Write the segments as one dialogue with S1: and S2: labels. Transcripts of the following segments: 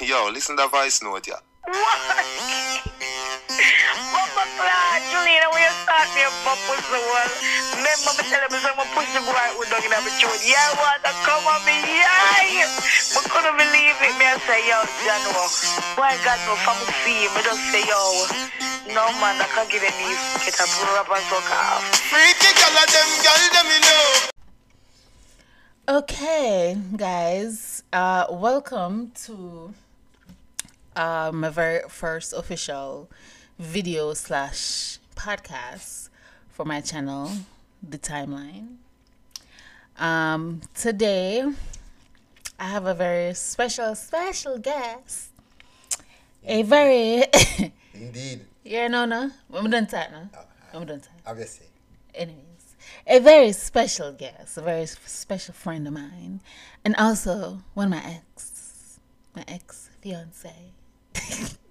S1: Yo, listen to that voice note, yeah.
S2: What? Bumper clad, Juliana, when you start me a bumper so well. Remember me telling me some pussy boy would dog in a bitch. Yeah, what the come on me, yeah. I couldn't believe it. Me I say, yo, January. Why God no from see me just say, yo, no man, I can't get any get a rubber sock off.
S3: Freaky girl, them girl, them you know.
S4: Okay, guys, uh, welcome to uh, my very first official video slash podcast for my channel, The Timeline. Um, today, I have a very special, special guest. A very,
S5: Indeed,
S4: yeah, no, no, I'm done that now. I'm done that
S5: obviously.
S4: anyways, a very special guest, a very s- special friend of mine, and also one of my ex, my ex fiance.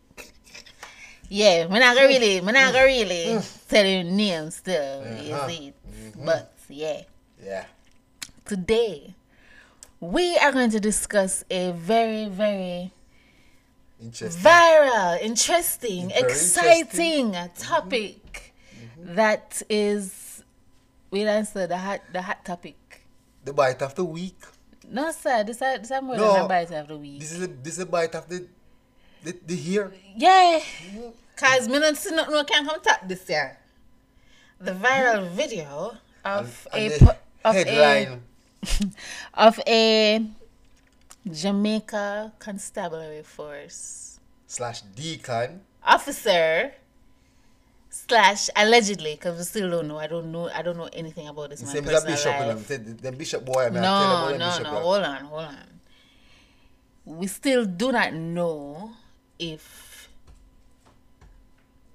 S4: yeah, we're not gonna really, we're not gonna really tell you names still, you see. But yeah,
S5: Yeah.
S4: today we are going to discuss a very, very
S5: Interesting.
S4: viral, interesting,
S5: Very Mm-hmm.
S4: exciting topic that is we answer the hot the hot topic.
S5: the bite of the week.
S4: No sir, this are this are more than
S5: No.
S4: a bite of the week.
S5: This is a, this is a bite of the the, the year.
S4: Yeah.
S5: Mm-hmm.
S4: Cause me don't see nothing we can come top this year. The viral video of
S5: Mm-hmm. And
S4: a
S5: the
S4: po- of a
S5: headline.
S4: of a Jamaica constabulary force
S5: slash deacon.
S4: officer slash allegedly because we still don't know. I don't know. I don't know anything about this
S5: He
S4: man's
S5: said, "Mr. Bishop,
S4: personal
S5: you know,
S4: life.
S5: say the, the bishop boy, I mean, I
S4: No,
S5: tell him
S4: no,
S5: about the
S4: no.
S5: bishop. boy.
S4: Hold on, hold on. We still do not know if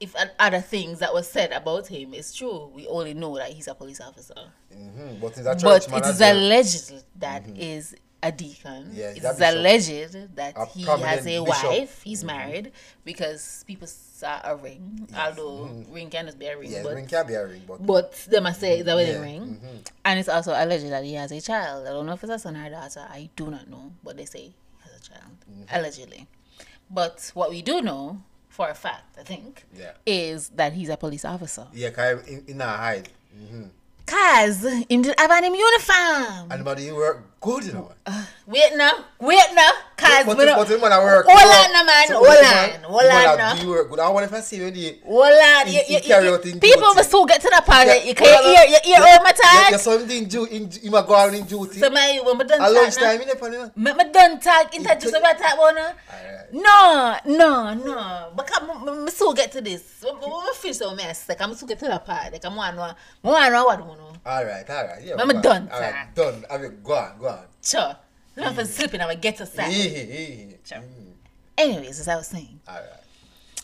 S4: if o- other things that were said about him is true. We only know that he's a police officer,
S5: Mhm, But he's a
S4: but
S5: church man
S4: it
S5: as
S4: is
S5: well.
S4: alleged that is a deacon.
S5: Mm-hmm. Yeah,
S4: it
S5: he's a
S4: is
S5: bishop.
S4: alleged that
S5: A
S4: he has
S5: prominent
S4: a
S5: bishop. Mm-hmm.
S4: wife. He's married because people saw a ring, although ring cannot be a ring.
S5: Mm-hmm. Yeah,
S4: but,
S5: ring can be a ring, but
S4: but they must say it's a wedding
S5: Yeah, mm-hmm.
S4: ring. And it's also alleged that he has a child. I don't know if it's a son or a daughter. I do not know, but they say he has a child,
S5: Mm-hmm.
S4: allegedly. But what we do know for a fact, I think,
S5: Yeah.
S4: is that he's a police officer.
S5: yeah, can in, in a hide.
S4: Cause him did have an him uniform.
S5: And but you work good, you know.
S4: Wait now, wait now, cause
S5: but
S4: we
S5: you-
S4: don't-
S5: but you man, I work.
S4: Hold
S5: you
S4: on,
S5: know.
S4: no, man,
S5: So,
S4: hold
S5: you
S4: on,
S5: man-
S4: hold
S5: you man,
S4: on,
S5: I
S4: no.
S5: do work good. I wonder if I see when you.
S4: Hold on,
S5: He-
S4: you,
S5: he
S4: you,
S5: carry
S4: you-
S5: out him
S4: people
S5: duty.
S4: must still get to the part.
S5: Yeah,
S4: you can hear,
S5: hold on.
S4: you hear all my
S5: Yeah,
S4: time.
S5: yeah, so him doing ju- in, him a go out in duty.
S4: So my when we done
S5: At
S4: talk now,
S5: lunchtime, you know, funny man.
S4: me, me done talk. Introduce about talk about now.
S5: Alright.
S4: No, no, no. Because me, me, me still get to this. When when- when we finish so mess, like I'm still get to the part. Like I'm one, one, one, one, one, one. one.
S5: All right, all right. Yeah,
S4: Mama
S5: go on.
S4: done,
S5: All right, done. I mean, go on, go on.
S4: Sure, not for sleeping. I will get to
S5: Hee,
S4: sleep.
S5: hee, hee, hee. Mm,
S4: Anyways, as I was saying.
S5: All right.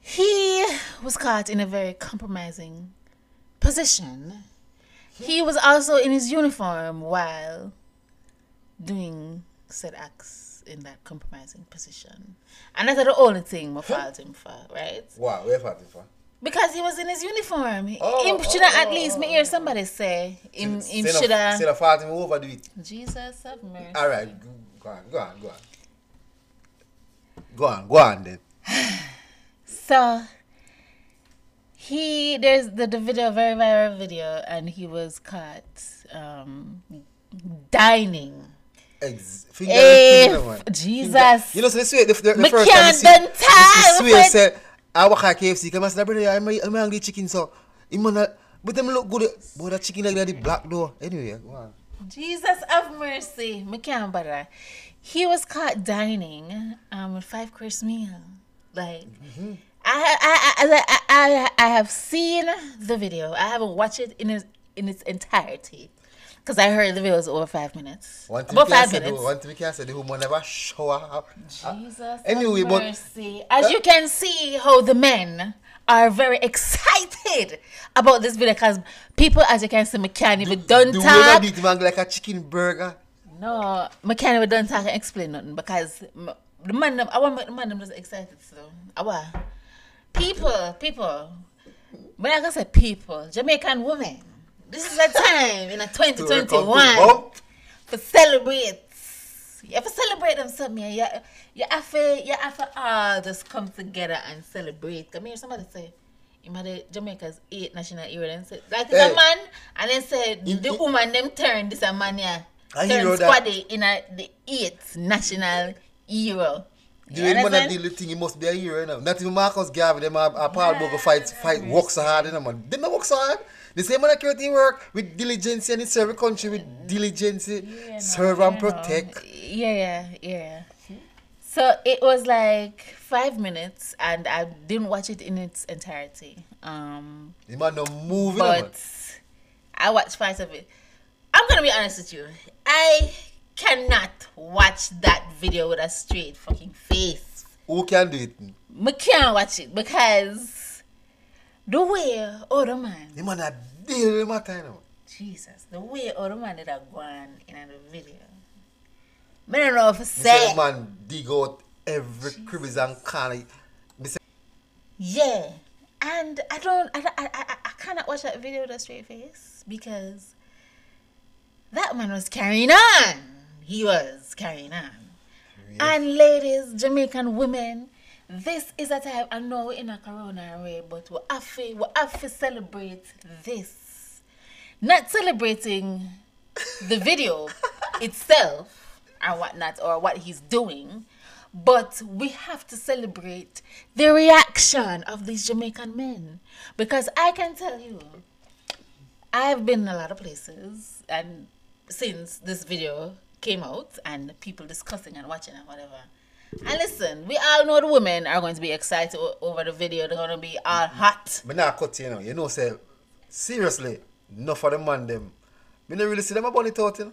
S4: He was caught in a very compromising position. He was also in his uniform while doing said acts in that compromising position. And that's the only thing I filed him for, right?
S5: Wow, where party for?
S4: Because he was in his uniform. He
S5: Oh,
S4: him shoulda at least me hear somebody say him, him
S5: Say no- Say
S4: shoulda
S5: the party move over do it.
S4: Jesus have mercy.
S5: All right, go go on, go on, go on. Go on, go on then.
S4: So he there's the, the video very viral video and he was caught um dining.
S5: Ex- finger
S4: Hey,
S5: in the finger, man.
S4: Jesus.
S5: Finger- You know, so they swear the, the, the
S4: Eh, Me
S5: first time
S4: can't
S5: you see,
S4: done
S5: you
S4: time,
S5: see swear
S4: but-
S5: say, I work at KFC, come and say, brother, I'm, a- I'm a hungry chicken, so, you man, a- but them look good, but that chicken like that, the black door. Anyway, go on.
S4: Jesus have mercy. Me can't bother. He was caught dining um with five course meal. Like
S5: Mm-hmm.
S4: I, I, I, I, I I have seen the video. I haven't watched it in its in its entirety. Cause I heard the video was over five minutes.
S5: One thing
S4: About
S5: we can
S4: five
S5: say, though,
S4: minutes.
S5: oh, one thing we can say, the woman never shower up.
S4: Jesus have
S5: Anyway, but-
S4: mercy. As you can see how the men are very excited about this video because people, as you can see, McCann even don't
S5: The woman
S4: talk.
S5: beat man like a chicken burger.
S4: No, McCann even don't talk and explain nothing because m- the man, them- I want make the man them just excited. So, I want people, people. When I gonna say people, Jamaican women, this is the time in a
S5: To record the
S4: 2021
S5: bump.
S4: to celebrate You have to celebrate them something. You, you have to, you have to all just come together and celebrate. Come here, somebody say, you mother Jamaica's eight national hero. And say, like it's
S5: Hey.
S4: a man, and then say
S5: In-
S4: the
S5: in-
S4: woman them turn this a man yeah.
S5: I
S4: Turn
S5: hear that.
S4: squad in a, the eighth national hero.
S5: You ain't wanna deal with thing, you must be a hero, you know. Not even Marcus Garvey, them are, are Paul Bogo fight, fight, work so hard, you know, man. They not work so hard. The same man that create team work with diligence and it serve the country with diligence, serve and protect.
S4: Yeah, yeah, yeah. So it was like five minutes, and I didn't watch it in its entirety. Um,
S5: The man no move, you know, man.
S4: but I watched parts of it. I'm gonna be honest with you. I cannot watch that video with a straight fucking face.
S5: Who can do it?
S4: Me can't watch it because the way oh the man,
S5: The man a deal with matter, you know.
S4: Jesus, the way oh the man did a gone in the video. Me don't know if to
S5: The
S4: say.
S5: same man dig out every crevice and corner. The same-
S4: Yeah, and I don't, I, don't- I, I, I cannot watch that video with a straight face because that man was carrying on. He was carrying on. And ladies, Jamaican women, this is a time. I know we're in a corona way, but we have to, we have to celebrate this. Not celebrating the video itself and whatnot or what he's doing, but we have to celebrate the reaction of these Jamaican men because I can tell you, I've been in a lot of places and since this video came out and people discussing and watching and whatever. And listen, we all know the women are going to be excited o- over the video. They're going to be all hot.
S5: Me nah cut you know. You know, say seriously, enough for the man them. Me no really see them a bunny thought, you know.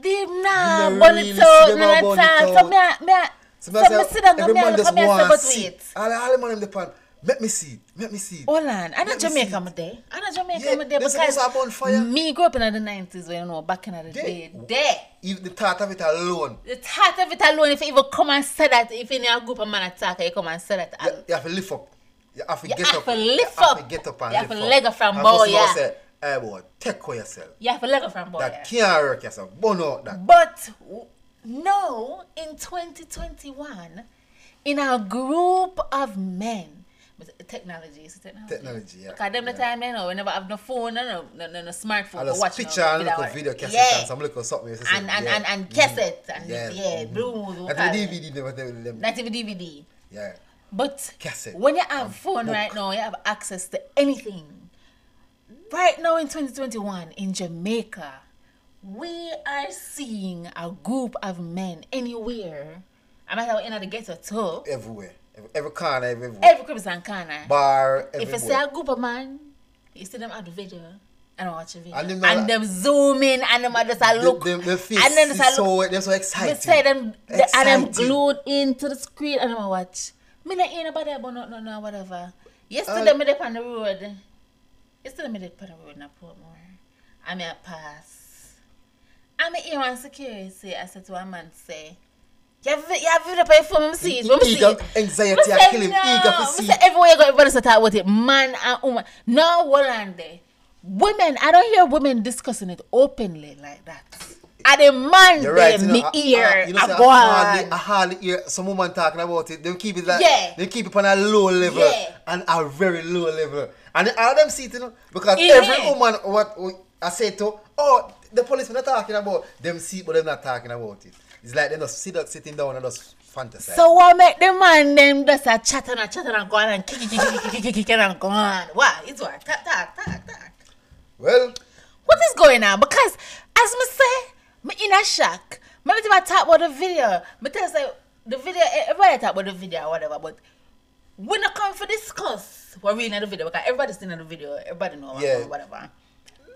S4: They nah,
S5: You know,
S4: bun
S5: really
S4: it
S5: see
S4: out,
S5: them
S4: nah,
S5: a bun it
S4: nah,
S5: out.
S4: So me, a- me, a- so me sit down, me,
S5: every man
S4: a-
S5: just
S4: come here, say,
S5: want
S4: but
S5: to see.
S4: wait.
S5: All, all the man in the pan, let me see, let me see.
S4: Hold on, I know
S5: Let me see.
S4: Jamaica my day. I know Jamaica
S5: Yeah,
S4: my day
S5: they supposed
S4: because
S5: to have bonfire.
S4: me grew up in the nineties when you know back in the
S5: They-
S4: day. There.
S5: If the thought of it alone,
S4: The thought of it alone, if you even come and say that, if you're in a group of man attack, you come and say that.
S5: you, you have to lift up. You have to
S4: You
S5: get
S4: have
S5: up.
S4: to lift
S5: You have to
S4: up.
S5: get up and
S4: You have
S5: lift
S4: to leg up from
S5: And
S4: bow,
S5: customer
S4: yeah.
S5: say, hey boy, take care yourself.
S4: You have a leg from boy.
S5: that can't work yourself. Burn out that.
S4: But w- no, in 2021, in a group of men, with technology is it technology.
S5: Technology, yeah,
S4: Because them the
S5: yeah.
S4: time, you know, we never have no phone, no, no, no, no, no smartphone. to
S5: And a
S4: watch no
S5: picture and look
S4: our-
S5: at video cassette and some look at something. you say,
S4: and and,
S5: yeah. Mm-hmm.
S4: and and cassette and
S5: Yeah.
S4: yeah, Bluetooth. what
S5: That
S4: call it?
S5: DVD never tell them.
S4: Not even DVD.
S5: Yeah.
S4: But
S5: Cassette
S4: when you have phone right now, you have access to anything. Right now in 2021 in Jamaica, we are seeing a group of men anywhere. I might have in the ghetto too.
S5: Everywhere. Every, every corner, everywhere.
S4: Every crib and corner.
S5: Bar,
S4: If
S5: everywhere.
S4: you see a group of man, you see them at the video and watch a video.
S5: And
S4: And
S5: them
S4: them,
S5: not-
S4: zoom in and them are just a look.
S5: Them, them face
S4: and then just a
S5: is
S4: look.
S5: so, they're so
S4: Me
S5: excited.
S4: say them the, and them
S5: Exciting.
S4: glued into the screen and I watch. Me not hear eh, nobody about no no no whatever. Yesterday
S5: And-
S4: me dey on the road. Yesterday me dey on the road in Portmore. I me a pass. I eh, me hear one security. I said to a man say. You have, you have video on your phone, me see it, me see
S5: Eager-
S4: it.
S5: anxiety
S4: Me
S5: are
S4: say,
S5: killing,
S4: no.
S5: eager to
S4: Me
S5: see
S4: say,
S5: it.
S4: everywhere you go, everybody start talk about it. Man and woman. No, Holland there. Women, I don't hear women discussing it openly like that. And the man
S5: You're right.
S4: them,
S5: You know,
S4: me
S5: I- I-
S4: ear,
S5: you know, say, I
S4: a gone.
S5: hardly, I hardly hear some woman talking about it. They keep it like,
S4: Yeah.
S5: they keep it on a low level
S4: Yeah.
S5: and a very low level. And all of them see it, you know, because
S4: Yeah.
S5: every woman what we- I say to, oh, the policemen are talking about them see, it, but they're not talking about it. It's like they just sit up, sitting down and just fantasize.
S4: So what make the man them just a chatting and chatting and going and kick kick kick kick kick kick kick and going? Why? It's what? Talk talk talk talk.
S5: well,
S4: What is going on? Because as me say, me in a shock. Me not even talk about the video. Me tell say the video. eh, Everybody talk about the video or whatever, but we not come for discuss. We're really in the video because everybody's in the video. Everybody know
S5: Yeah.
S4: yeah. whatever.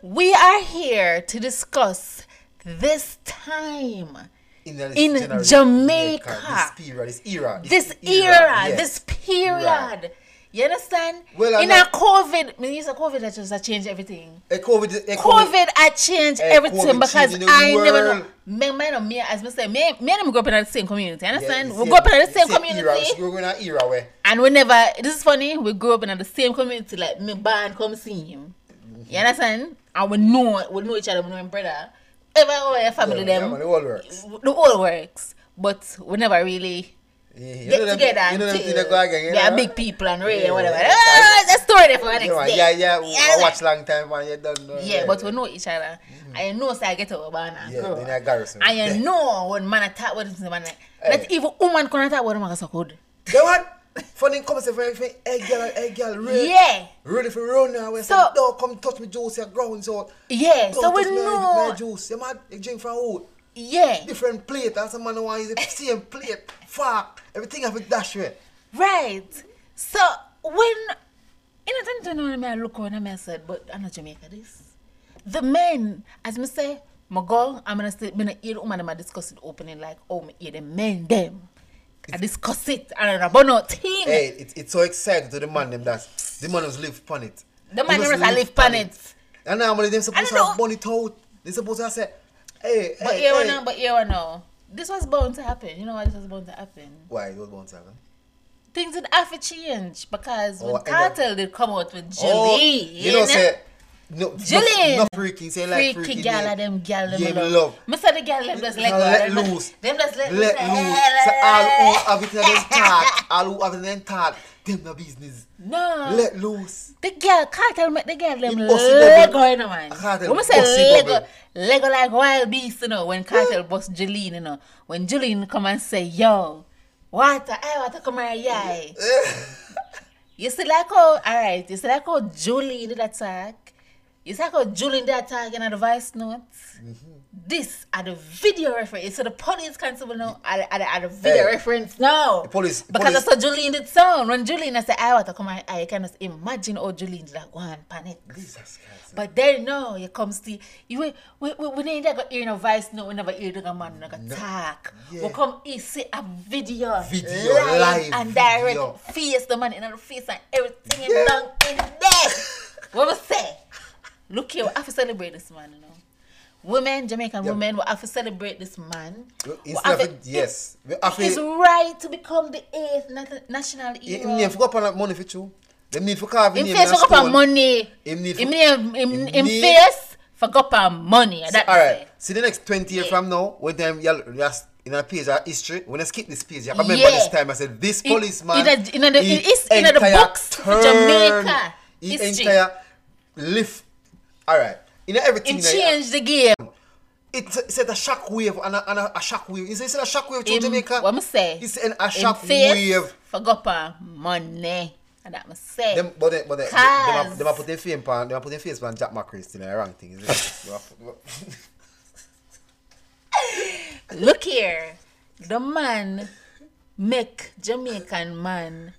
S4: We are here to discuss this time.
S5: in, this
S4: In
S5: generation,
S4: Jamaica.
S5: this period, this era,
S4: this era,
S5: yeah.
S4: this period.
S5: Right.
S4: You understand?
S5: Well, I
S4: in
S5: know-
S4: a COVID, I mean, it's a COVID that just that changed everything.
S5: Eh, COVID, eh,
S4: COVID, I changed
S5: Eh, COVID
S4: everything because
S5: changing the
S4: I never know.
S5: world.
S4: Me, me, no, me, as me say, me, me and them grew up in the same community. Understand?
S5: it's
S4: we
S5: same-
S4: grew up in the
S5: it's
S4: same
S5: Era.
S4: community,
S5: We're going to era where
S4: and we never. This is funny. We grew up in the same community. Like
S5: Mm-hmm.
S4: me, band come see him. You understand? And we know, we know each other, we know him brother. Even our family,
S5: yeah,
S4: them,
S5: man, it all works.
S4: the whole works, but we never really
S5: Yeah, you
S4: get
S5: know them-
S4: together.
S5: You know them
S4: until
S5: thing that go again, you
S4: they are
S5: know?
S4: big people and really
S5: Yeah,
S4: whatever.
S5: yeah.
S4: Ah, that's the story for the next
S5: Yeah, man,
S4: day.
S5: yeah, yeah, we- I
S4: yeah.
S5: watch long time, man. You don't know.
S4: Yeah, but we know each other. I know say I get over banana.
S5: Mm-hmm. Yeah, then I garrison.
S4: I
S5: Yeah.
S4: know when man attack what is the man.
S5: Hey.
S4: That even woman can attack what man so good.
S5: Then what? Funny comes if everything, hey girl, hey girl, really,
S4: Yeah.
S5: really for run now. We say,
S4: So-
S5: don't come touch me, juice, your grounds out.
S4: Yeah.
S5: Don't
S4: So we
S5: touch me,
S4: know
S5: My juice, you mad? You drink from who?
S4: Yeah.
S5: Different plate, and some man who want use
S4: Eh.
S5: the same plate. Fuck, everything have a dash way.
S4: Right. So when in a time when I look on I said, but I'm not Jamaica this. The men, as me say, my girl, I'm gonna say, I'm gonna hear woman, I'm gonna discuss it openly like, oh, me hear the men them. I discuss it and about no thing.
S5: Hey, it, it's so exciting to the man them that the man must live upon it.
S4: The
S5: He
S4: man
S5: must
S4: them must live upon it.
S5: And normally them supposed to
S4: don't
S5: have
S4: know.
S5: bunny out. They supposed to say, hey,
S4: But
S5: hey,
S4: here we
S5: hey.
S4: know, but here we know. This was bound to happen. You know why this was bound to happen?
S5: Why it was born to happen?
S4: Things did have to change because
S5: Oh,
S4: when
S5: and then-
S4: cartel did come out with Julie,
S5: Oh, you know, say no,
S4: Jillian.
S5: no, no freaky, say like
S4: freaky,
S5: freaky,
S4: gal
S5: yeah.
S4: of them gal them
S5: Yeah, me
S4: love.
S5: love.
S4: Me say the gal them just let go.
S5: let
S4: them just-
S5: loose.
S4: Them just let,
S5: Let
S4: loose.
S5: loose. So all who have it in them talk, all who have it in them talk, them no business.
S4: No.
S5: Let loose.
S4: the girl cartel make the girl them
S5: It bust it bubble.
S4: Lego you know man.
S5: Cartel
S4: When me say
S5: bust it
S4: Lego,
S5: bubble.
S4: Lego like wild beast you know. When cartel bust Jolene you know. When Jolene come and say yo, water, I water come here yai. You see like how alright, you see like how Julie did attack. You see like how Julie did attack in a device note.
S5: Mm-hmm.
S4: This are the video reference. So the police constable now are, are, the- are the video
S5: Hey.
S4: reference now.
S5: The police- the
S4: because
S5: police-
S4: I saw Julie did sound. When Julie I said I want to come I, I can just imagine how Julie did like one panic.
S5: Jesus Christ.
S4: But then no, you come see you we we we, we never got hear no voice no, we never hear the man no, no. talk.
S5: Yeah.
S4: We come here see a video,
S5: Video, live
S4: and
S5: video.
S4: direct face the man in the face and everything yeah.
S5: Yeah.
S4: down in there. what we say? Look here, we have to celebrate this man, you know. Women, Jamaican
S5: Yeah.
S4: women, we have to celebrate this man. We
S5: Instead
S4: have
S5: of
S4: to-
S5: it, yes. We have
S4: His
S5: to,
S4: right to become the eighth nat- national
S5: he, he
S4: hero.
S5: need to go up on that money for you. Them need to carve
S4: Him
S5: name
S4: face
S5: in a
S4: fuck up on
S5: stone.
S4: money.
S5: Him
S4: Him
S5: need-
S4: name-
S5: him
S4: him him
S5: need-
S4: face fuck up on money. That
S5: All right.
S4: say.
S5: See the next 20 years
S4: Yeah.
S5: from now, when time y'all just in a page of history, when I skip this page, you remember
S4: Yeah.
S5: this time I said this
S4: In-
S5: policeman.
S4: in a- in a- in-
S5: he
S4: it's in a- the
S5: entire
S4: books for Jamaica
S5: He
S4: history.
S5: entire lift. All right. In everything.
S4: Him
S5: that you-
S4: change the game.
S5: It's it's a shock wave and a, and a, a shock wave. It's, it's a shock wave to
S4: Him,
S5: Jamaica.
S4: what me say?
S5: It's an, a
S4: Him
S5: shock
S4: face
S5: wave.
S4: fuck up on money. And that me say.
S5: Them, but they, but they, they,
S4: Cars.
S5: they, they put their fame pan, they put their face on Jack McChrist in the wrong thing. Isn't it? They ma put- they ma-
S4: Look here. The man make Jamaican man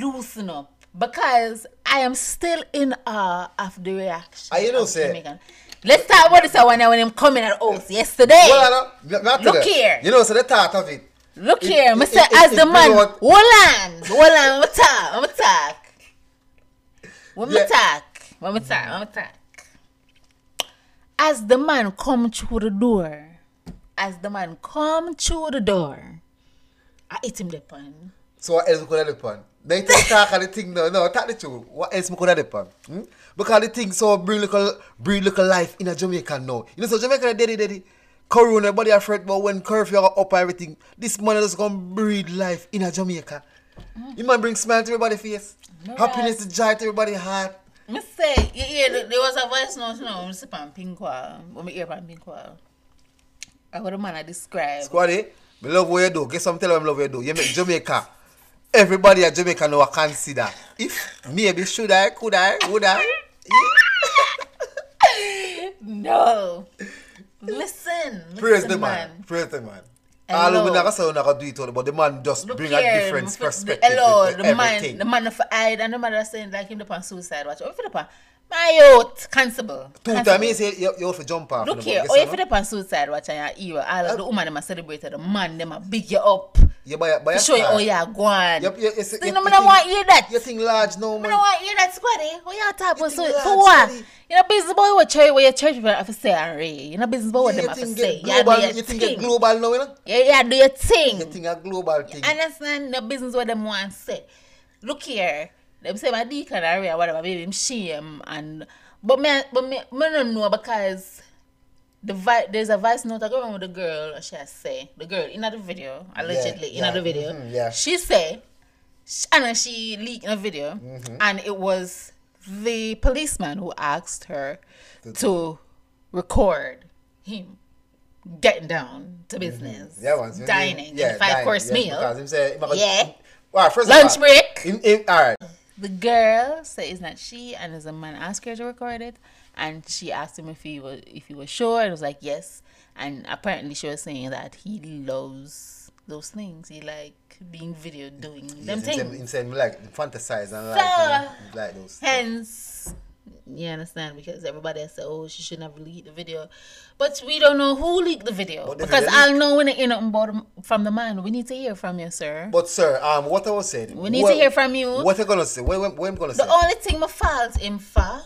S4: loosen up. Because I am still in awe of the reaction.
S5: Ah, you know,
S4: of
S5: say-
S4: Jamaican. Let's talk about this one when him coming at us yesterday.
S5: Well, I don't, me- me I tell
S4: Look
S5: you,
S4: here.
S5: You know, so the thought of it.
S4: Look
S5: It-
S4: here,
S5: it-
S4: Mr.
S5: it- it-
S4: as
S5: it
S4: the
S5: blew
S4: man,
S5: out.
S4: hold on, hold on, I'm talk, I'm talk. When
S5: Yeah.
S4: yeah. talk, when me talk, when me talk. As the man come through the door, as the man come through the door, I hit him the pun.
S5: So what else we could have done? They take talk of the thing no, no, talk the truth. What else we could have done? Hmm? Because the thing so bring little bring little life in a Jamaica now. You know, so Jamaica daddy daddy. Corona, everybody afraid but when curfew are up and everything, this man is gonna breed life in a Jamaica.
S4: Mm.
S5: You man bring smile to everybody's face.
S4: No
S5: Happiness and joy to everybody's heart.
S4: Me say, you hear, the- there was a voice note, you know, when me sip on pink wall, when me hear on pink wall. I would a man I describe.
S5: Squaddy, me love what you do. Guess what I'm telling you, I love what you do. You make Jamaica. Everybody at Jamaica know I consider. If maybe should I, could I, would I?
S4: No. Listen,
S5: Praise
S4: listen,
S5: the man.
S4: man.
S5: Praise the man.
S4: And
S5: All
S4: love.
S5: we never say we never do it all, but the man just
S4: Look
S5: bring
S4: here,
S5: a different
S4: the-
S5: perspective.
S4: The, hello,
S5: to
S4: the man,
S5: everything.
S4: the man of eyed and the man that's saying like him upon suicide watch. Oh, if upon my youth, constable.
S5: Two
S4: constable.
S5: times he say you you have to jump off.
S4: Look
S5: the
S4: here,
S5: boat,
S4: oh,
S5: yes
S4: if you're
S5: or no?
S4: upon suicide watch and you're era, all of
S5: Uh,
S4: the woman them are celebrated, the man them are big you up.
S5: you buy a buy
S4: To
S5: a
S4: show you
S5: car.
S4: how you're going.
S5: You- you- you see-
S4: See,
S5: you-
S4: no,
S5: you
S4: me don't
S5: think-
S4: want hear that.
S5: You think large no
S4: I don't
S5: man.
S4: want to hear that squaddy. What y'all talk about?
S5: You
S4: So,
S5: think
S4: for
S5: large,
S4: what?
S5: squaddy.
S4: You know, business boy, what church, what your church people have to say, and re. You know, business boy, what
S5: Yeah,
S4: them have
S5: You
S4: to Mm.
S5: think
S4: say.
S5: get
S4: Yeah, do
S5: global.
S4: your
S5: You think get
S4: thing.
S5: global now, you know?
S4: Yeah, yeah, do your
S5: You
S4: thing.
S5: think a global thing.
S4: Understand the business what them want say. Look here, them say my deacon um, area, whatever, baby, him shame and but me but me, me don't know because the vi- there's a voice note. I go remember the girl. She has say the girl in the video allegedly in
S5: yeah,
S4: the video.
S5: mhm, yeah.
S4: She say, sh- and then she leaked in a video,
S5: Mm-hmm.
S4: and it was the policeman who asked her to record him getting down to business,
S5: Mm-hmm. Yeah, once. you-
S4: dining,
S5: yeah,
S4: and five
S5: dining,
S4: course
S5: yes, Because
S4: meal.
S5: him say, him a-
S4: Yeah.
S5: Well, first
S4: Lunch
S5: of all,
S4: break.
S5: Him, him, all right.
S4: The girl says that she and as a man asked her to record it, and she asked him if he was if he was sure, and he was like yes. And apparently, she was saying that he loves those things. He like being video doing them
S5: Him, say- him
S4: things.
S5: say, me like fantasize and like, you know, like those.
S4: Hence, you understand because everybody said, "Oh, she shouldn't have leaked the video," but we don't know who leaked the video
S5: But the
S4: because
S5: video
S4: I'll know when it ain't nothing about from the man. We need to hear from you, sir.
S5: But sir, um, what I was saying.
S4: We need to hear from you.
S5: What I gonna say? What, what, what I'm gonna say?
S4: The only thing my fault him for,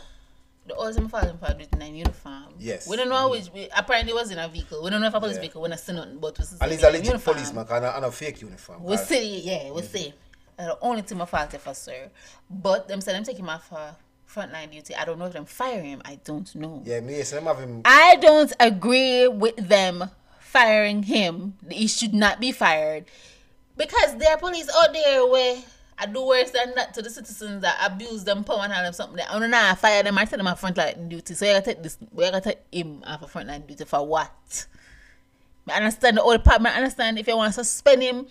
S4: the only thing my fault him for was in a uniform.
S5: Yes.
S4: We don't know how which, we, apparently it was in a vehicle. We don't know if a police
S5: Yeah.
S4: vehicle, we don't see nothing, but we see
S5: and
S4: him
S5: he's
S4: in
S5: a
S4: a
S5: legit
S4: uniform.
S5: policeman and a, and a fake uniform.
S4: We
S5: All right.
S4: see, yeah,
S5: Mm-hmm.
S4: we see. That's the only thing my fault him for, sir. But them say them take him off for frontline duty. I don't know if them fire him. I don't know.
S5: Yeah, me, so them have him.
S4: I don't agree with them firing him. He should not be fired because there are police out there where I do worse than that to the citizens that abuse them power and have them something. That, oh no, nah, fire them. I tell them a frontline duty. So you gotta take this. You gotta take him off a frontline duty for what? I understand the old department. I understand if you want to suspend him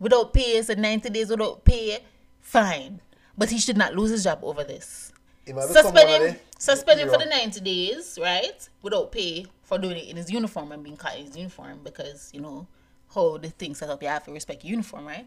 S4: without pay, so ninety days without pay, fine. But he should not lose his job over this
S5: him have become
S4: suspend
S5: one of
S4: him,
S5: the-
S4: suspend him for the
S5: hero.
S4: 90 days, right? Without pay for doing it in his uniform and being caught in his uniform because, you know, how the thing set up, you have to respect your uniform, right?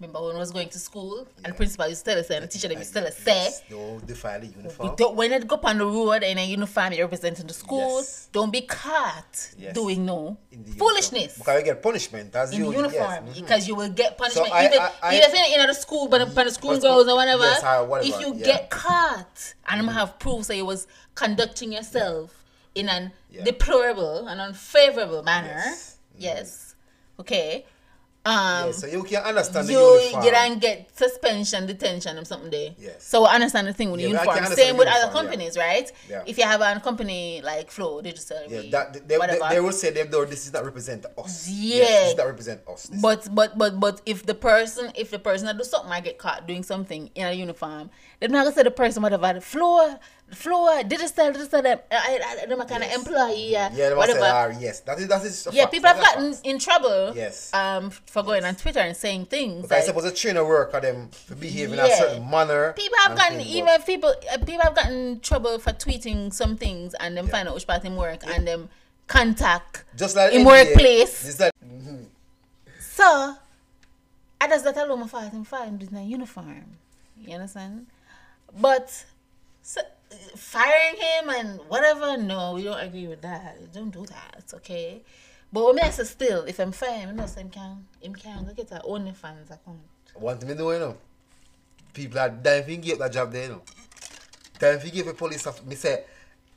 S4: Remember when I was going to school and the principal used to tell us and the teacher used to tell us, say,
S5: Yes, No, defile the
S4: we
S5: uniform.
S4: don't, when it go up on the road in a uniform, you're representing the school,
S5: Yes.
S4: don't be caught
S5: Yes.
S4: doing no
S5: in the
S4: foolishness.
S5: Uniform. Because you get punishment. As
S4: In
S5: you,
S4: the uniform,
S5: Yes, mhm.
S4: because you will get punishment.
S5: So I-
S4: even
S5: I- I- Mm-hmm.
S4: you just say in the school, but upon the school
S5: But-
S4: girls or whatever,
S5: yes, I- whatever,
S4: if you
S5: yeah. Mm-hmm.
S4: get caught and have proof that you was conducting yourself in an
S5: Yeah.
S4: deplorable and unfavorable manner, yes,
S5: Yes.
S4: okay, um,
S5: Yeah, so you can understand the
S4: you
S5: uniform.
S4: you don't get suspension, detention, or something there.
S5: Yes.
S4: So I understand the thing with
S5: Yeah,
S4: the
S5: I can
S4: uniform.
S5: understand
S4: Same
S5: the
S4: with other
S5: uniform, yeah.
S4: companies, right?
S5: Yeah.
S4: If you have a company like Flow Digital,
S5: yeah,
S4: we-
S5: that, they, they,
S4: whatever.
S5: they will say them though this is not represent us.
S4: Yeah.
S5: Yes, this is not represent us. This-
S4: But but but but if the person if the person that do something I get caught doing something in a uniform, they're not gonna say the person whatever the floor the floor did this tell did this tell them I, I, I, them a kind of employee yeah,
S5: yeah, they will say,
S4: whatever.
S5: ah, yes, that is that is. a
S4: yeah,
S5: fact,
S4: people have
S5: that's a
S4: gotten
S5: fact.
S4: in trouble.
S5: Yes.
S4: Um, for going on Twitter and saying things.
S5: Because I
S4: like-
S5: suppose a trainer work on them for behaving in a
S4: Yeah.
S5: certain manner.
S4: people have
S5: and
S4: gotten
S5: things, but-
S4: even people uh, people have gotten in trouble for tweeting some things and then find out which part him work and them contact
S5: just like
S4: in
S5: NBA,
S4: workplace.
S5: It's like
S4: So, I just that alone, my father and father in a uniform. You understand? But so, firing him and whatever, no, we don't agree with that. Don't do that, okay? But what I say still, if I'm firing him, no, so him can, him can go get her OnlyFans account.
S5: one thing me know, you know. People are dying to give up that job there, you know. Dying to give the police of me say,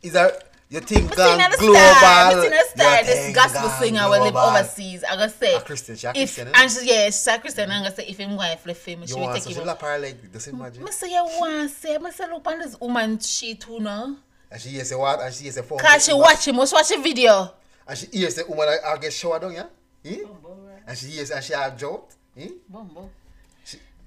S5: is that your thing
S4: But
S5: gone
S4: seeing as
S5: global?
S4: star, but seeing as star,
S5: Your
S4: this
S5: thing
S4: gospel
S5: gone
S4: singer will live
S5: global.
S4: overseas. I gonna say,
S5: A Christian, she a
S4: if
S5: Christian, eh?
S4: and she, yeah, she's a Christian. I'm gonna say if him wife left him, she
S5: You
S4: will
S5: want
S4: take
S5: social
S4: him.
S5: lap her like
S4: Mm,
S5: doesn't imagine.
S4: I say you want to say, I say look on this woman she too now.
S5: And she hears say what? And she hears say phone.
S4: Cause she watch him, must watch a video.
S5: And she hears say woman I, I get shower down, yeah? Eh?
S4: Oh,
S5: And she hears and she have joked. Eh?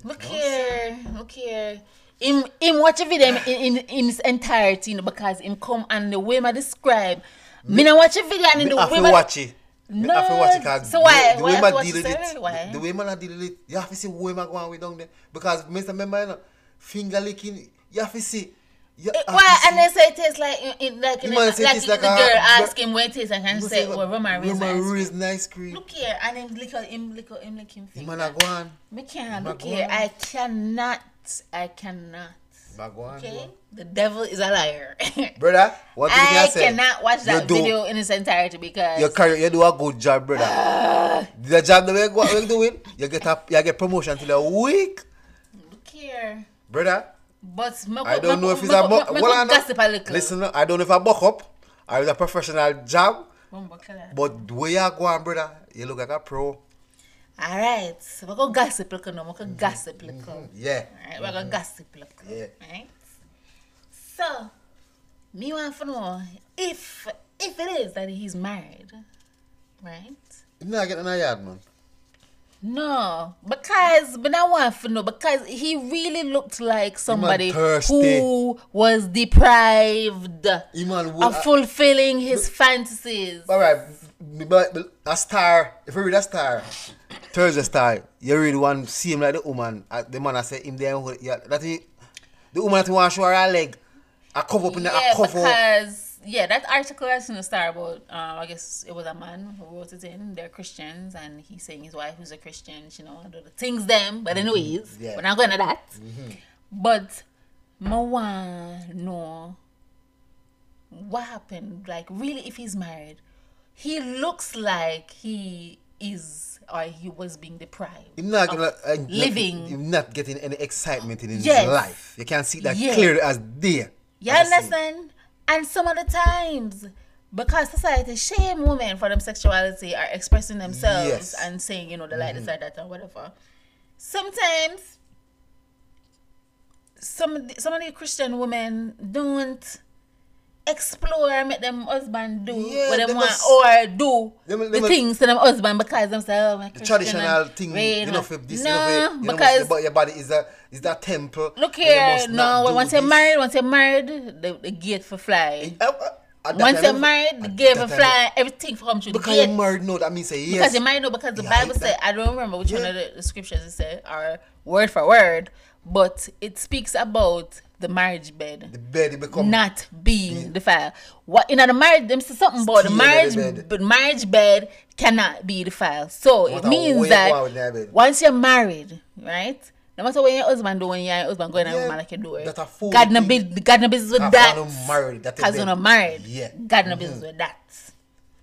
S4: Look here, look here. Him, him watch a video in, in, in its entirety you know, because him come and the way I describe. Me, not watch a video and in
S5: Me
S4: the
S5: have
S4: way
S5: to
S4: ma-
S5: watch it. Me have to
S4: No,
S5: watch it 'cause
S4: so why-
S5: the, the
S4: why
S5: way
S4: have
S5: man
S4: to watch
S5: deal
S4: it,
S5: with it,
S4: sir? Why?
S5: the, the way man a deal with it, you have to see where man going with down there. Because Mr. Member, you know, finger licking, you have to see. You
S4: Eh,
S5: have to
S4: Well, and
S5: see.
S4: they say it tastes like in- in- like,
S5: You
S4: in-
S5: might
S4: like,
S5: say it tastes
S4: the
S5: like
S4: girl
S5: a-
S4: ask him where it is and can
S5: You
S4: say,
S5: what?
S4: "Well, Roma raised my
S5: Roma
S4: ice cream."
S5: raised nice cream.
S4: Look here, and him lick him lick him lick him
S5: The
S4: finger.
S5: man a go on.
S4: Me can't
S5: Ma-
S4: look here. I cannot. I cannot.
S5: Ma go on, go
S4: Okay,
S5: on.
S4: the devil is a liar.
S5: Brother, what thing
S4: I
S5: can say?
S4: cannot watch
S5: You
S4: that
S5: do-
S4: video in its entirety because
S5: You carry, you do a good job, brother. the job the way what you're doing, you get a, you get promotion till a week,
S4: look here.
S5: brother.
S4: But make
S5: I
S4: up-
S5: don't
S4: make
S5: know
S4: up-
S5: if it's
S4: make
S5: a
S4: up-
S5: buck.
S4: make
S5: well,
S4: up
S5: I know-
S4: gossip a little.
S5: Listen, I don't know if I buck up or it's a professional job,
S4: Bumbo killer.
S5: but the way you go on, brother, you look like a pro.
S4: All right, so we're gonna gossip little now. We're gonna
S5: Mm-hmm.
S4: gossip little.
S5: Yeah.
S4: All right, we're gonna gossip little.
S5: Mm-hmm. Yeah.
S4: All right. So, me want to know if if it is that he's married, right?
S5: You not getting a yard, man.
S4: No, because but I want to know because he really looked like somebody
S5: thirsty.
S4: who was deprived
S5: You man,
S4: of fulfilling his fantasies.
S5: all right, but but a star. If you read a star, Thursday star, you read one. See him like the woman. uh, The man I say him there. hold- Yeah, that he, the woman that want to show her leg. I cover up in the
S4: yeah,
S5: a cover. up.
S4: because yeah, that article I seen the star about. Um, I guess it was a man who wrote it in. They're Christians, and he's saying his wife, who's a Christian, she know do the things them. But anyways,
S5: Mm-hmm. yeah. Mm-hmm.
S4: we're not going to that. But my one know what happened. Like really, if he's married, he looks like he is or he was being deprived.
S5: You're not
S4: of
S5: gonna uh, not-
S4: living.
S5: You're not getting any excitement in his
S4: Yes.
S5: life. You can see that
S4: Yes.
S5: clear as day.
S4: You
S5: As I see.
S4: understand? And some of the times, because society shame women for their sexuality or expressing themselves
S5: Yes. Mm-hmm.
S4: and saying, you know, they like this or that or whatever. Sometimes, some of the- some of the Christian women don't explore make them husband do
S5: Yeah,
S4: what
S5: they
S4: them want
S5: must-
S4: or do
S5: They mu-
S4: the
S5: they mu-
S4: things to them husband because them say, oh, my
S5: The
S4: Christian
S5: traditional
S4: and
S5: thing,
S4: rain
S5: you know,
S4: and-"
S5: for this,
S4: no,
S5: you know, for, you know,
S4: because
S5: your body is a is that temple.
S4: Look
S5: and you
S4: here,
S5: must
S4: no.
S5: not
S4: When
S5: do
S4: once you're
S5: this.
S4: married, once you're married, the, the gate for fly.
S5: Uh, uh, at that
S4: Once
S5: time,
S4: you're married, the
S5: at
S4: gate for
S5: that time,
S4: fly. Everything for come to the
S5: Because
S4: gate.
S5: you're married, no, that means say yes.
S4: Because you're married, no. Because the
S5: Yeah,
S4: Bible
S5: it's
S4: said,
S5: that-
S4: I don't remember which one
S5: Yeah.
S4: of the, the scriptures it said, or word for word, but it speaks about the marriage bed
S5: the bed it become
S4: not being defiled. What in the marriage them say something about the
S5: Stay under
S4: marriage
S5: the bed.
S4: but marriage bed cannot be defiled. So
S5: What
S4: it
S5: a
S4: means
S5: way
S4: that
S5: forward there, babe.
S4: once you're married, right? No matter what your husband do when your husband going and
S5: Yeah,
S4: woman like you do it.
S5: that a fool
S4: God no
S5: thing.
S4: be God no business with
S5: Cause
S4: that.
S5: one no married, that is
S4: Cause
S5: it.
S4: you're not married.
S5: Yeah. Mm-hmm.
S4: God no business with that.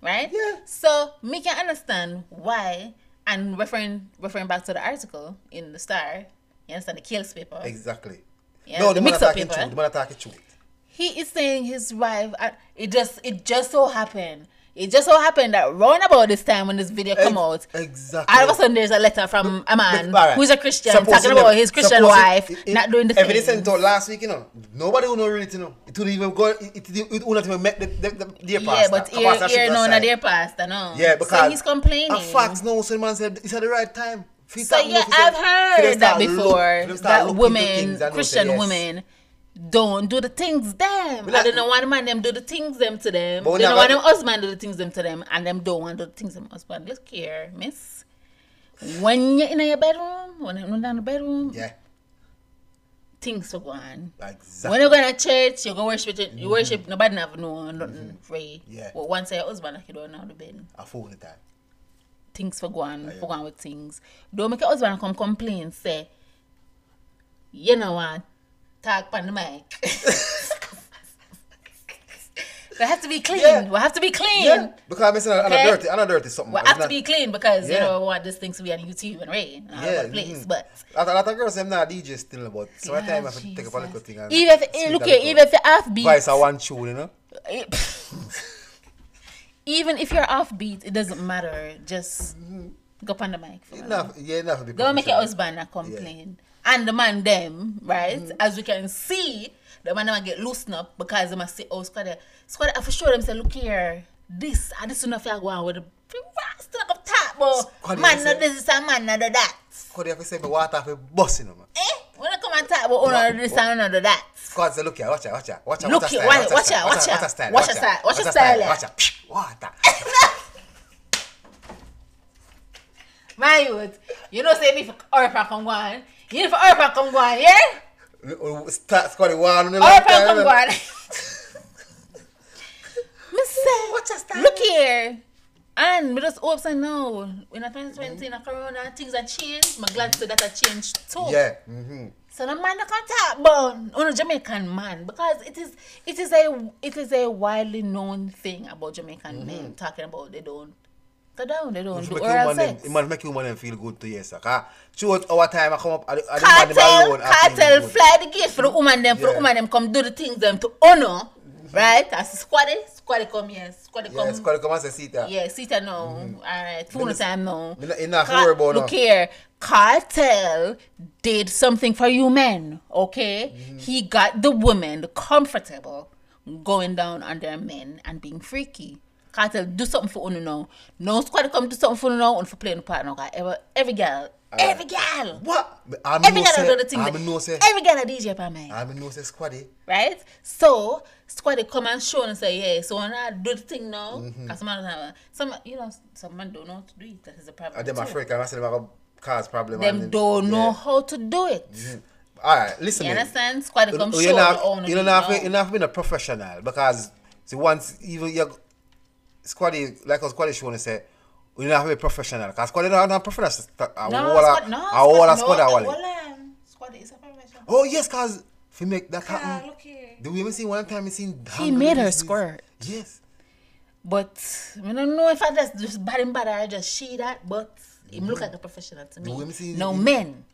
S4: Right?
S5: Yeah.
S4: So me can understand why and referring referring back to the article in the star, you understand the kills paper.
S5: exactly.
S4: Yeah,
S5: no,
S4: the
S5: the man
S4: mix-up
S5: attacking
S4: paper.
S5: truth. The man attacking truth.
S4: he is saying his wife. uh, It just it just so happened. It just so happened that round about this time when this video come out,
S5: Ex- Exactly.
S4: all of a sudden there's a letter from a man
S5: But- alright.
S4: who's a Christian
S5: Suppose
S4: talking
S5: you
S4: about
S5: never-
S4: his Christian
S5: suppose it-
S4: wife
S5: it- it-
S4: not doing the
S5: If it is
S4: thing.
S5: sent out last week, you know, nobody will know really to know. It would even go. It, it, it would not even make the, the, the dear
S4: Yeah,
S5: pastor.
S4: but
S5: The
S4: here,
S5: pastor should
S4: here
S5: go
S4: no, not
S5: aside.
S4: their pastor, no.
S5: Yeah, because
S4: so he's complaining.
S5: A fax no, so the man said it's at the right time. If he
S4: So
S5: start
S4: yeah,
S5: looking,
S4: I've
S5: if he
S4: heard that
S5: start look-
S4: before.
S5: if he
S4: that
S5: start looking into
S4: women,
S5: things, I know, say,
S4: Christian
S5: yes.
S4: women, don't do the things them.
S5: We
S4: I
S5: not-
S4: don't know why the man them do the things them to them.
S5: But we
S4: They don't
S5: not
S4: want them
S5: gonna-
S4: husband do the things them to them, and them don't want to do the things them husband. Look here, miss. When you're in your bedroom, when you're down the bedroom,
S5: Yeah,
S4: things will go on.
S5: exactly. Mm-hmm.
S4: When you go to church, you go worship. it- You worship. Nobody have no nothing free.
S5: Yeah.
S4: But once your husband, like you don't know the bed
S5: I fool the time.
S4: things for going, for going with things. Don't make your husband come complain, say, you know what, talk on the mic. we have to be clean.
S5: Yeah.
S4: We have to be clean.
S5: Yeah, because I'm saying I'm
S4: Okay.
S5: not dirty. I'm not dirty. Something.
S4: We
S5: It's
S4: have to
S5: not-
S4: be clean because, you
S5: Yeah.
S4: know, we want these things to be on YouTube and rain and all
S5: Yeah,
S4: over the place.
S5: mhm.
S4: But
S5: A lot a lot of girls them not DJ still, but so I time I
S4: God,
S5: have to take up a
S4: Jesus.
S5: little thing. And
S4: even if,
S5: speak a
S4: look here,
S5: little.
S4: even if you're offbeat,
S5: vice I want tune, you know.
S4: even if you're offbeat, it doesn't matter. Just
S5: Mm-hmm.
S4: go on the mic. For me.
S5: Enough, yeah, enough. to be
S4: Don't make your
S5: professional.
S4: husband a complain. And the man them, right?
S5: Mm-hmm.
S4: As we can see, the man them a get loosened up because they must say, oh, squad, eh, squad, I for sure them say, look here, this, and this enough you go on with the rasta of top, but
S5: Squad, you
S4: man
S5: say-
S4: no this is a man no do that.
S5: Cause they have to say me water for bus, you know, man.
S4: Eh? When I come and talk about oh, no do this and no do that.
S5: Cause they look here, watch her, watch her, watch her,
S4: Look
S5: watch her
S4: here,
S5: style,
S4: watch- watch her,
S5: style,
S4: watch her,
S5: watch her style,
S4: watch her style, watch her style, yeah.
S5: watch her, psh, water.
S4: My youth, you know say me for Orpa come go on. You for Orpa come go on, yeah?
S5: Uh, uh, Start squad one, you know.
S4: All
S5: like
S4: right, fam,
S5: that,
S4: Oh, come
S5: you
S4: go
S5: know.
S4: on. Mister, look here. And we just hope say now, in 2020, in a corona, things are changed. I'm glad to say that I changed too.
S5: Yeah, mm-hmm.
S4: So the man that can talk about on a Jamaican man because it is it is a it is a widely known thing about Jamaican men talking about they don't they don't they don't
S5: It
S4: do
S5: make
S4: oral
S5: woman them,
S4: sex.
S5: it must make you woman them feel good to yes, sir. Cause throughout our time I come up, I, I demand them
S4: cartel,
S5: alone. I feel
S4: cartel
S5: good.
S4: fly the gate for the woman them, for the
S5: Yeah.
S4: woman them come do the things them to honor, right? As squaddy, squaddy come here, squaddy
S5: Yes,
S4: come.
S5: squad come and say sit there.
S4: Yeah, sit down now. Alright, phone
S5: Minus-
S4: time now.
S5: Me not- you not have to
S4: Ca-
S5: worry about
S4: Look
S5: no.
S4: here, cartel
S5: Mm-hmm.
S4: did something for you men, okay? He got the woman comfortable going down on their men and being freaky. Can't tell do something for Uno now. No squad come do something for Uno now and for playing the part now. 'cause Every, every girl, every girl,
S5: What? I
S4: every
S5: know
S4: girl
S5: say,
S4: do the thing.
S5: I
S4: that-
S5: know say, Uh-huh.
S4: Every girl a DJ by me
S5: I know say eh? squaddy.
S4: right? So squad they come and show and say, yeah, so when I do the thing now,
S5: Mm-hmm.
S4: and some man have a- some you know some man don't know how to do it. That is a problem.
S5: And them
S4: too.
S5: afraid, and I said them gonna cause problem.
S4: Them
S5: and
S4: don't
S5: yeah.
S4: know how to do it.
S5: All right, listen.
S4: You
S5: here.
S4: understand? Squad they
S5: You-
S4: come
S5: you
S4: show
S5: not-
S4: the owner.
S5: You don't have to- you don't have to be a professional because see once even you squaddy like us squaddy want to say. You don't have to be professional. Because squad don't have professional. I
S4: No, squad, no,
S5: whole squad
S4: no,
S5: a
S4: a
S5: wallet.
S4: whole, um, Squad is a professional.
S5: Oh yes, cause if you make that
S4: Ah,
S5: happen.
S4: look here.
S5: Do we even see one time we seen
S4: He
S5: handle
S4: made her
S5: business?
S4: squirt.
S5: Yes.
S4: But I don't know if I just just bad and bad or I just she that, but him look like a professional to me.
S5: The women see-
S4: no men.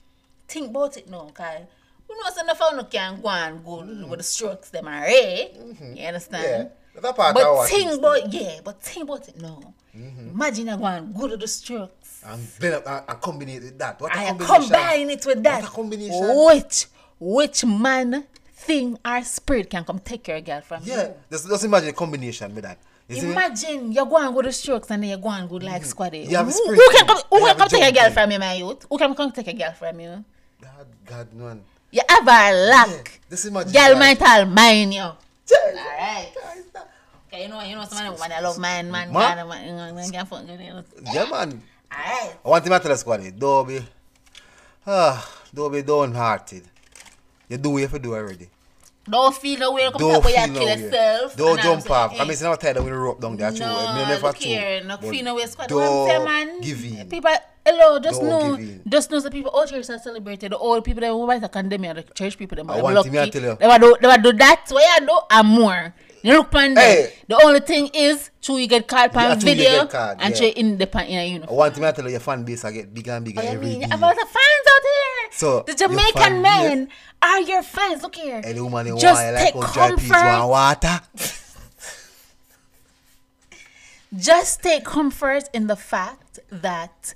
S4: Think about it now, Kai. We know some of no can go and go with the strokes them are eh? You understand?
S5: Mm-hmm. Yeah. That part I
S4: but
S5: watch Mm-hmm.
S4: think
S5: this
S4: about yeah, but think about it now. Imagine I go and go to the strokes.
S5: And then I, I combine it with that. What a
S4: I
S5: combination.
S4: combine it with that. Oh.
S5: What a combination.
S4: Which which man thing or spirit can come take your girl from you?
S5: Yeah. Just, just imagine a combination with that. You see me?
S4: Imagine you go and go to strokes and then you go and go like squad. eh.
S5: Mm-hmm. You have a
S4: who,
S5: spirit
S4: who can come,
S5: thing.
S4: who
S5: You
S4: can
S5: have
S4: come take a
S5: a jump
S4: girl
S5: thing.
S4: from you, my youth? Who can come take a girl from you?
S5: God, God, man.
S4: You have a lack.
S5: Just imagine.
S4: Girl
S5: that.
S4: might all mine you.
S5: Yeah.
S4: Alright. Okay, you know, you know, some man, I love mine, man,
S5: Ma?
S4: man, man, you know, man, can fuck with you.
S5: Yeah, man.
S4: Alright.
S5: I want to matter the squad. eh. Don't be, ah, don't be downhearted. You do what you have to do already.
S4: Don't feel no way. Come
S5: Don't
S4: talk about
S5: feel
S4: you
S5: no
S4: kill
S5: way.
S4: yourself.
S5: Don't
S4: and
S5: jump
S4: say,
S5: off.
S4: eh.
S5: I mean, it's not tied with the rope down there too. I mean, never
S4: look
S5: too.
S4: here, no
S5: But
S4: feel no way squad.
S5: Don't
S4: Don't say, man.
S5: give in.
S4: People, hello, just
S5: Don't
S4: know,
S5: give in.
S4: just know the people out here are celebrated. The old people that might have condemned me, the church people that
S5: I
S4: are
S5: want
S4: lucky.
S5: to me, I tell you.
S4: They will do, they will do that. What you do and more. You look on
S5: Hey.
S4: The only thing is, true, you get called
S5: Yeah,
S4: on
S5: true, you
S4: video
S5: get called,
S4: and
S5: yeah.
S4: true in the pan in a uniform.
S5: I want to tell you, your fan base I get bigger and bigger
S4: What you
S5: every
S4: mean?
S5: day.
S4: About the fans out here.
S5: So,
S4: the
S5: your
S4: Jamaican
S5: fan
S4: men are your fans. Look here.
S5: Any woman in
S4: Just
S5: wine
S4: take
S5: like go dry peas
S4: comfort.
S5: want water.
S4: just take comfort in the fact that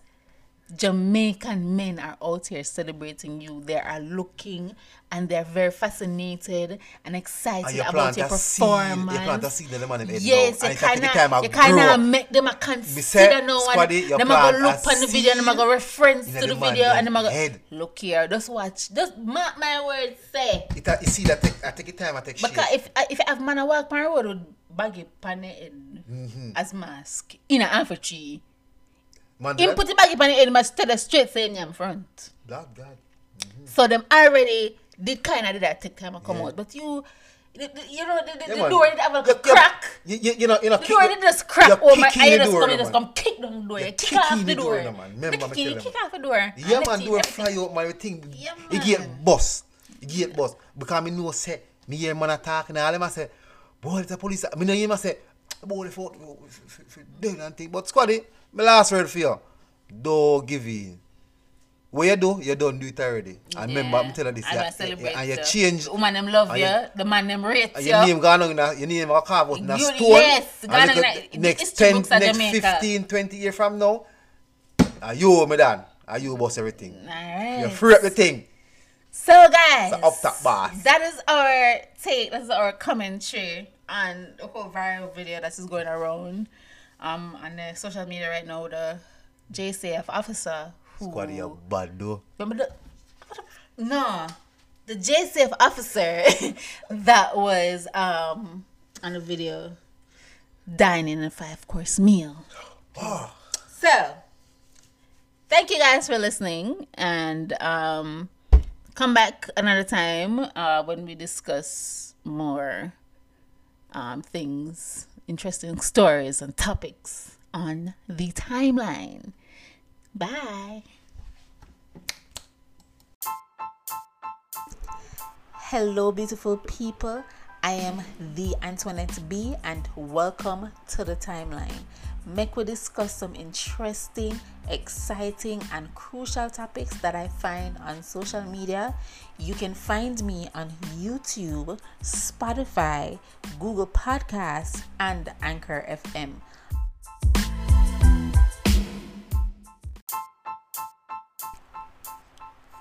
S4: Jamaican men are out here celebrating you. They are looking and they're very fascinated and excited
S5: And you
S4: about
S5: Ah, plant
S4: your
S5: a seed. You
S4: performance.
S5: plant a seed in the man in head
S4: Yes,
S5: now.
S4: you
S5: And it can take
S4: kinda,
S5: time and
S4: you kinda
S5: grow.
S4: make them a
S5: say,
S4: consider no one.
S5: squaddy, you
S4: Them a go
S5: plant
S4: look
S5: a
S4: on the video and them a
S5: seed
S4: go reference
S5: in
S4: to
S5: the
S4: the
S5: man
S4: video and them a go
S5: head.
S4: look here. Just watch. Just mark my words. Say.
S5: It, a- you see that take, I take it time, I take
S4: Because
S5: shit.
S4: if uh, if I have man a walk my road with baggy pan head
S5: Mm-hmm.
S4: as mask in an amphitry,
S5: Man,
S4: him put the baggy pan head must tell the straight saying in front.
S5: Black God.
S4: So them already did kind of did that take time to come out. But you, the, the, you know, the, the,
S5: Yeah,
S4: the
S5: man.
S4: door did have like
S5: You-
S4: a crack.
S5: You, you, you know, you know,
S4: The door did just crack Oh,
S5: you're
S4: over.
S5: kicking
S4: I
S5: the
S4: just
S5: door,
S4: come, you
S5: man.
S4: just come kick down the door.
S5: You're
S4: You kick off
S5: kicking
S4: the
S5: the door,
S4: door.
S5: no, man. Remember,
S4: Look,
S5: me
S4: you
S5: tell
S4: kick
S5: them.
S4: off the door.
S5: Yeah,
S4: And
S5: man,
S4: that's
S5: do a
S4: it.
S5: fly out, man. You think,
S4: Yeah,
S5: you
S4: man.
S5: get boss. You get boss. Because me know, say, me hear man attack, and all them, I say, boy, it's a police. Me know him, I say, boy, the oh, fault, dead and thing. But squaddy, my last word for you, don't give in. What you do, you don't do it already. And remember, I'm telling you this,
S4: And
S5: yeah,
S4: I celebrate
S5: and you
S4: you.
S5: change,
S4: The woman them love
S5: and
S4: you.
S5: you-
S4: The man them rate
S5: and
S4: you.
S5: your name gone on in a, your name gonna carve out in a
S4: You-
S5: stone.
S4: yes,
S5: and
S4: gone
S5: look
S4: on
S5: at
S4: in a-
S5: the
S4: in the
S5: next
S4: history
S5: 10,
S4: books of
S5: next
S4: Jamaica.
S5: 15, 20 years from now, are you, me done? Are you boss everything? You
S4: Alright.
S5: free up the thing.
S4: So guys,
S5: up top boss.
S4: that is our take. That's our commentary on the whole viral video that is going around um on the social media right now. The JCF officer who
S5: Squad you bad though.
S4: remember the no the JCF officer that was um on the video dining a five course meal. so thank you guys for listening and um come back another time uh when we discuss more um things interesting stories and topics on the timeline bye Hello, beautiful people. I am the Antoinette B, and welcome to the timeline. Make we discuss some interesting, exciting, and crucial topics that I find on social media. You can find me on YouTube, Spotify, Google Podcasts, and Anchor FM.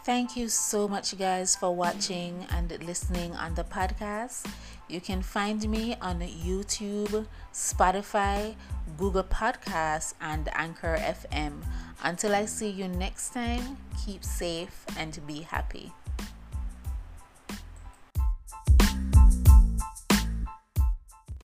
S4: Thank you so much, you guys, for watching and listening on the podcast. You can find me on YouTube, Spotify, Google Podcasts, and Anchor FM. Until I see you next time, keep safe and be happy.